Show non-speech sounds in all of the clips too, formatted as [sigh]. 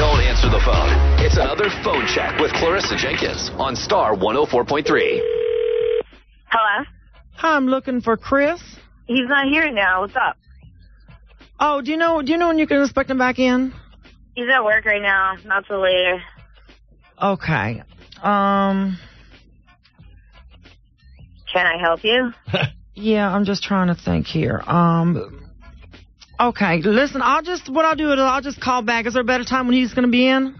the phone. It's another phone check with Clarissa Jenkins on Star 104.3. Hello. Hi, I'm looking for Chris. He's not here now. What's up? Oh, do you know? Do you know when you can expect him back in? He's at work right now. Not till later. Okay. Um. Can I help you? Yeah, I'm just trying to think here. Um. Okay, listen. I'll just what I'll do is I'll just call back. Is there a better time when he's going to be in?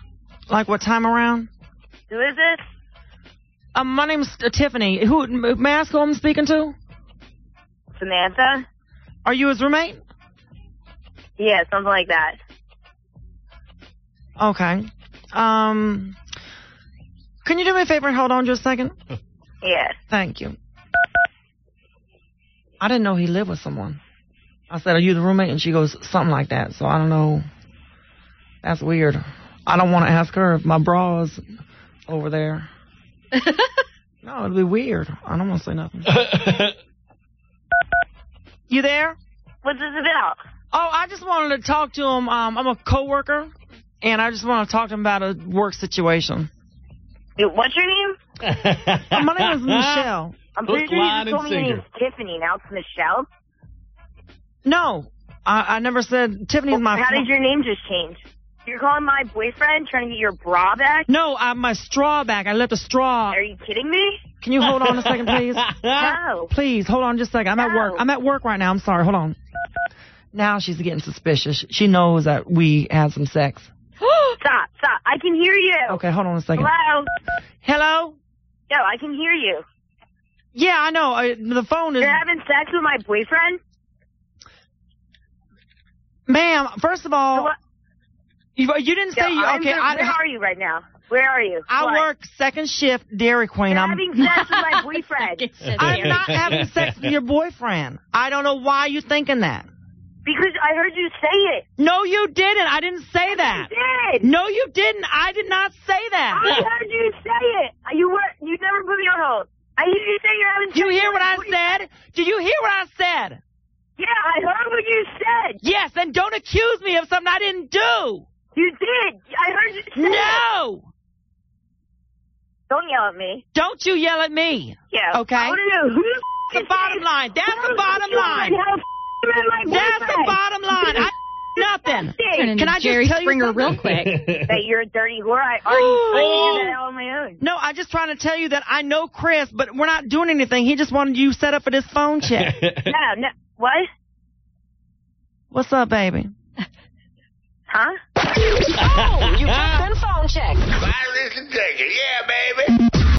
Like what time around? Who is this? Um, my name's uh, Tiffany. Who may I ask who I'm speaking to? Samantha? Are you his roommate? Yeah, something like that. Okay. Um. Can you do me a favor and hold on just a second? Yeah. Thank you. I didn't know he lived with someone. I said, Are you the roommate? And she goes, Something like that. So I don't know. That's weird. I don't want to ask her if my bra is over there. [laughs] no, it'd be weird. I don't want to say nothing. Uh, you there? What's this about? Oh, I just wanted to talk to him. Um, I'm a coworker, and I just want to talk to him about a work situation. Dude, What's your name? My name [laughs] is [laughs] Michelle. I'm Hook, pretty sure you line, just and told me your sinker. name's Tiffany. Now it's Michelle. No, I, I never said Tiffany's my. How fr- did your name just change? You're calling my boyfriend trying to get your bra back? No, I my straw back. I left a straw. Are you kidding me? Can you hold on a second, please? [laughs] No. Please hold on just a second. I'm at work. No. I'm at work right now. I'm sorry. Hold on. Now she's getting suspicious. She knows that we had some sex. Stop, stop. I can hear you. Okay, hold on a second. Hello? Hello? No, I can hear you. Yeah, I know. I, the phone is. You're having sex with my boyfriend? Ma'am, first of all, Hello? you, you didn't No, Oh, say you. I'm Okay, good. I, Where are you right now? Where are you? I What? work second shift Dairy Queen. You're I'm having sex with my boyfriend. [laughs] I'm not having sex with your boyfriend. I don't know why you're thinking that. Because I heard you say it. No, you didn't. I didn't say that. You did. No, you didn't. I did not say that. I heard you say it. You were you never put me on hold. I hear you say you're having sex. Do you hear with what my I boy- said? Do you hear what I said? Yeah, I heard what you said. Yes, and don't accuse me of something I didn't do. You did. I heard you say it. No! Don't yell at me. Don't you yell at me. Yeah. Okay. I want to know who the, f- The is bottom this? line. That's Who the bottom you line. and How the f- you and my That's the boyfriend? bottom line. I [laughs] nothing. Hey, Can I just Jerry tell you Springer something? real [laughs] quick? That you're a dirty whore. I already I knew that on my own. No, I'm just trying to tell you that I know Chris, but we're not doing anything. He just wanted you set up for this phone check. No, no. What? What's up, baby? Huh? Oh, you just been phone checked. [laughs] Clarence Jenkins, yeah, baby.